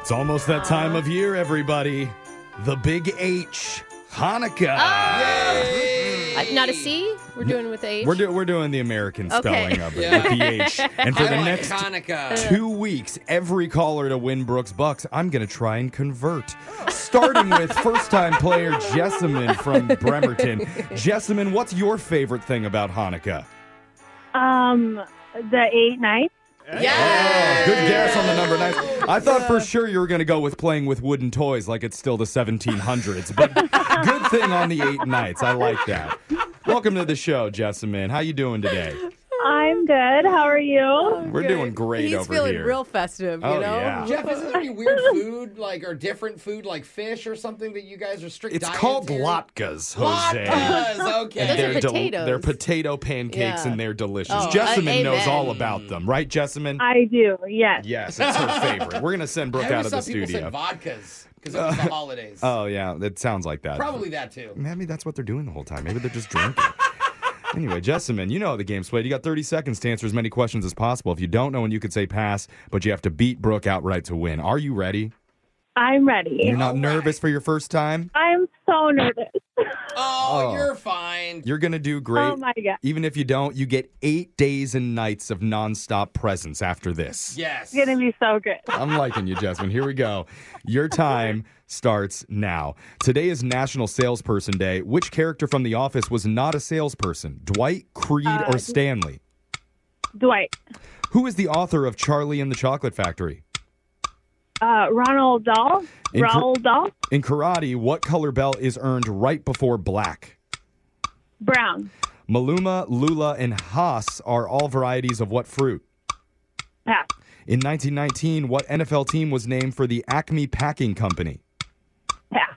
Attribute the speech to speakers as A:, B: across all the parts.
A: It's almost that time of year, everybody. The big H, Hanukkah.
B: Ah!
C: Uh, not a C? We're doing with a H.
A: We're, do- we're doing the American
C: Okay.
A: spelling of it
D: Yeah.
A: with the H. And for
D: I
A: the
D: like
A: next
D: Hanukkah.
A: two weeks, every caller to win Brooks Bucks, I'm going to try and convert. Starting with first time player Jessamine from Bremerton. Jessamine, what's your favorite thing about Hanukkah?
E: Um, the eight nights.
A: Oh, good guess on the number nine. I thought for sure you were going to go with playing with wooden toys like it's still the 1700s, but good thing on the eight nights. I like that. Welcome to the show, Jessamine. How you doing today?
E: I'm good. How are you?
A: We're doing great
B: He's
A: over
B: feeling
A: here.
B: real festive,
A: Oh,
B: you know?
A: yeah.
D: Jeff, isn't there any weird food, like, or different food, like fish or something that you guys are strict
A: it's
D: dietary-
A: called latkes, Jose.
D: Latkes, okay.
A: And
B: Those are
A: del-
B: potatoes.
A: they're potato pancakes
B: Yeah.
A: and they're delicious.
B: Oh, uh,
A: Jessamine knows
B: amen.
A: all about them, right, Jessamine?
E: I do. Yes.
A: yes, it's her favorite. We're going to send
D: I
A: Brooke
D: always
A: out of the
D: thought people
A: studio.
D: said vodkas because it was the holidays.
A: oh, yeah, it sounds like that.
D: Probably that too.
A: Maybe that's what they're doing the whole time. Maybe they're just drinking. anyway, Jessamine, you know how the game's played. You got 30 seconds to answer as many questions as possible. If you don't know, and you could say pass, but you have to beat Brooke outright to win. Are you ready?
E: I'm ready.
A: You're not nervous for your first time?
E: I'm so nervous.
D: Oh,
A: Oh.
D: you're fine.
A: You're going to do great.
E: Oh my god.
A: Even if you don't, you get eight days and nights of nonstop presence after this.
D: yes.
E: It's gonna be so good.
A: I'm liking you, Jasmine. Here we go. Your time starts now. Today is National Salesperson Day. Which character from The Office was not a salesperson? Dwight, Creed,
E: Uh,
A: or Stanley?
E: Dwight.
A: Who is the author of Charlie and the Chocolate Factory?
E: Uh, Ronald Dahl.
A: In-
E: Ronald Dahl.
A: In karate, what color belt is earned right before black?
E: Brown.
A: Maluma, Lula, and Haas are all varieties of what fruit?
E: Pass.
A: In 1919, what NFL team was named for the Acme Packing Company?
E: Pass.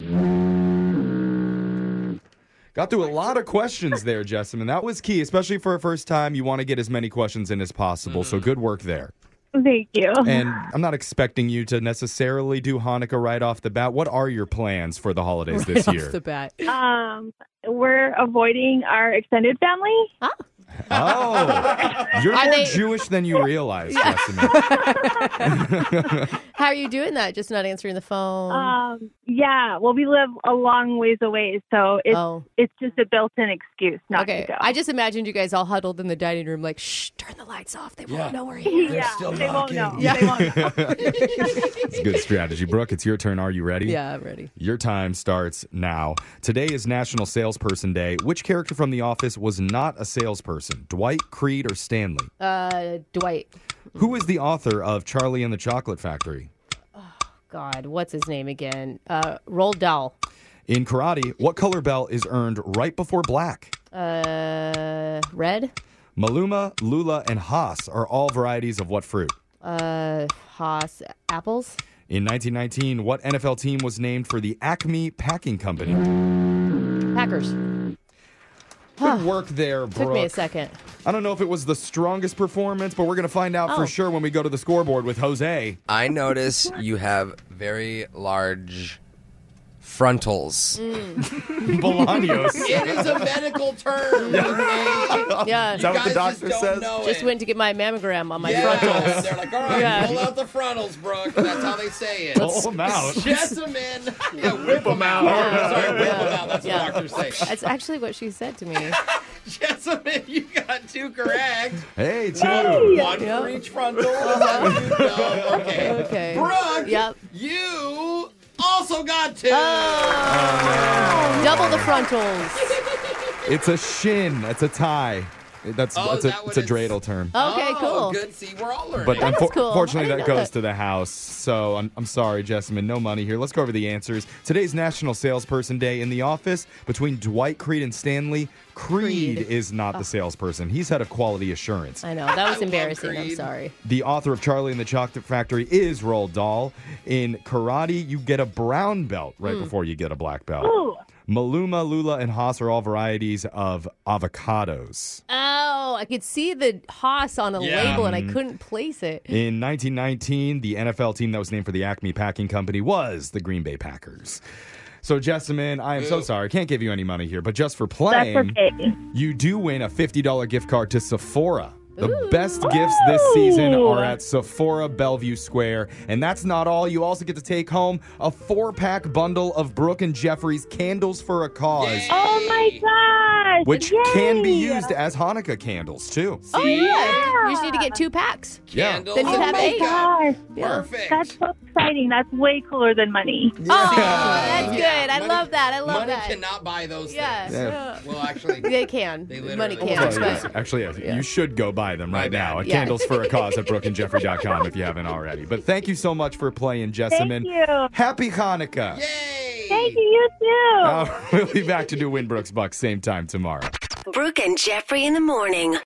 A: Got through a lot of questions there, Jessamine. That was key, especially for a first time. You want to get as many questions in as possible, so good work there.
E: Thank you.
A: And I'm not expecting you to necessarily do Hanukkah right off the bat. What are your plans for the holidays this
B: Off
A: year?
B: the bat.
E: Um, we're avoiding our extended family.
A: Oh, you're
B: Are
A: more
B: they-
A: Jewish than you realize, Jessamine.
B: How are you doing that? Just not answering the phone?
E: Um, yeah. Well, we live a long ways away, so it's
B: oh,
E: it's just a built-in excuse not
B: okay.
E: to go.
B: I just imagined you guys all huddled in the dining room, like, shh, turn the lights off. They won't
D: Yeah.
B: know we're here.
E: yeah.
D: still
E: they won't
D: knocking.
E: know.
B: Yeah.
E: They won't know.
A: It's a good strategy. Brooke, it's your turn. Are you ready?
B: Yeah, I'm ready.
A: Your time starts now. Today is National Salesperson Day. Which character from The Office was not a salesperson? Dwight, Creed, or Stanley?
B: Uh, Dwight.
A: Who is the author of Charlie and the Chocolate Factory?
B: God, what's his name again? Uh, Roll Dahl.
A: In karate, what color belt is earned right before black?
B: Uh, Red.
A: Maluma, Lula, and Haas are all varieties of what fruit?
B: Uh, Haas. Apples.
A: In 1919, what NFL team was named for the Acme Packing Company?
B: Packers.
A: Good work there, Brooke.
B: Took me a second.
A: I don't know if it was the strongest performance, but we're going to find out for
B: Oh.
A: sure when we go to the scoreboard with Jose.
F: I notice you have very large frontals.
A: Bolaños.
D: Mm, It is a medical term. okay?
B: Yeah.
A: that
D: You
A: what the
D: guys
A: doctor
D: just
A: says?
D: Don't know
B: Just
D: it.
B: went to get my mammogram on my
D: yeah.
B: frontal.
D: They're like, all right,
B: Yeah.
D: pull out the frontals, Brooke. That's how they say it.
A: Pull them Oh, out.
D: Jessamine. Yeah, whip them out. Sorry, whip them out. That's
B: Yeah.
D: what doctors say.
B: That's actually what she said to me.
D: Jessamine, you got two correct.
A: Hey, two.
D: One for each frontal. No, okay.
B: Okay.
D: Brooke,
B: Yep.
D: you also got two.
B: Double the frontals.
A: It's a shin. It's a tie. That's,
D: Oh,
A: that's a,
D: that
A: it's a
D: what it's-
A: dreadel term.
B: Okay,
D: Oh,
B: cool.
D: Good. See, we're all learning.
A: But
B: That was
A: unfor-
B: cool.
A: fortunately,
B: I
A: that
B: didn't know
A: goes
B: that.
A: to the house. So I'm, I'm sorry, Jessamine. No money here. Let's go over the answers. Today's National Salesperson Day in the office between Dwight Creed and Stanley. Creed,
B: Creed. Oh.
A: is not the salesperson. He's head of quality assurance.
B: I know. That was
D: love
B: embarrassing. I'm
D: Creed.
B: sorry.
A: The author of Charlie and the Chocolate Factory is Roald Dahl. In karate, you get a brown belt right before you get a black belt.
E: Ooh.
A: Maluma, Lula, and Haas are all varieties of avocados.
B: Oh, I could see the Haas on a
D: Yeah. Mm.
B: label and I couldn't place it.
A: In 1919, the NFL team that was named for the Acme Packing Company was the Green Bay Packers. So, Jessamine, I am so sorry. Can't give you any money here, but just for
E: That's
A: playing,
E: okay.
A: you do win a $50 gift card to Sephora. The best gifts this season are at Sephora Bellevue Square. And that's not all. You also get to take home a four pack bundle of Brooke and Jeffrey's Candles for a Cause,
E: Oh my gosh!
A: which can be
E: Yay!
A: used as Hanukkah candles, too.
C: Oh yeah.
E: Yeah.
C: You just need to get two packs.
D: Candles
C: Then you
D: and
C: have eight.
D: makeup.
E: Oh Gosh,
D: Perfect.
E: that's so exciting. That's way cooler than money.
C: Oh, that's good. I
D: Money-
B: love that. I love
D: Money
B: that.
D: cannot buy those
B: Yeah.
D: things.
A: Yeah.
D: Well, actually,
B: They can.
D: They
B: Money
D: literally-
B: can.
A: Oh,
D: Yeah.
A: yes. Actually, yes. you should go buy them right
D: My bad.
A: now at
B: Yeah.
A: Candles for a Cause at brookandjeffrey.com if you haven't already. But thank you so much for playing, Jessamine.
E: you.
A: Happy Hanukkah.
D: yay!
E: Thank you. You too.
A: Uh, we'll be back to do Winbrook's Bucks same time tomorrow.
G: Brooke and Jeffrey in the morning.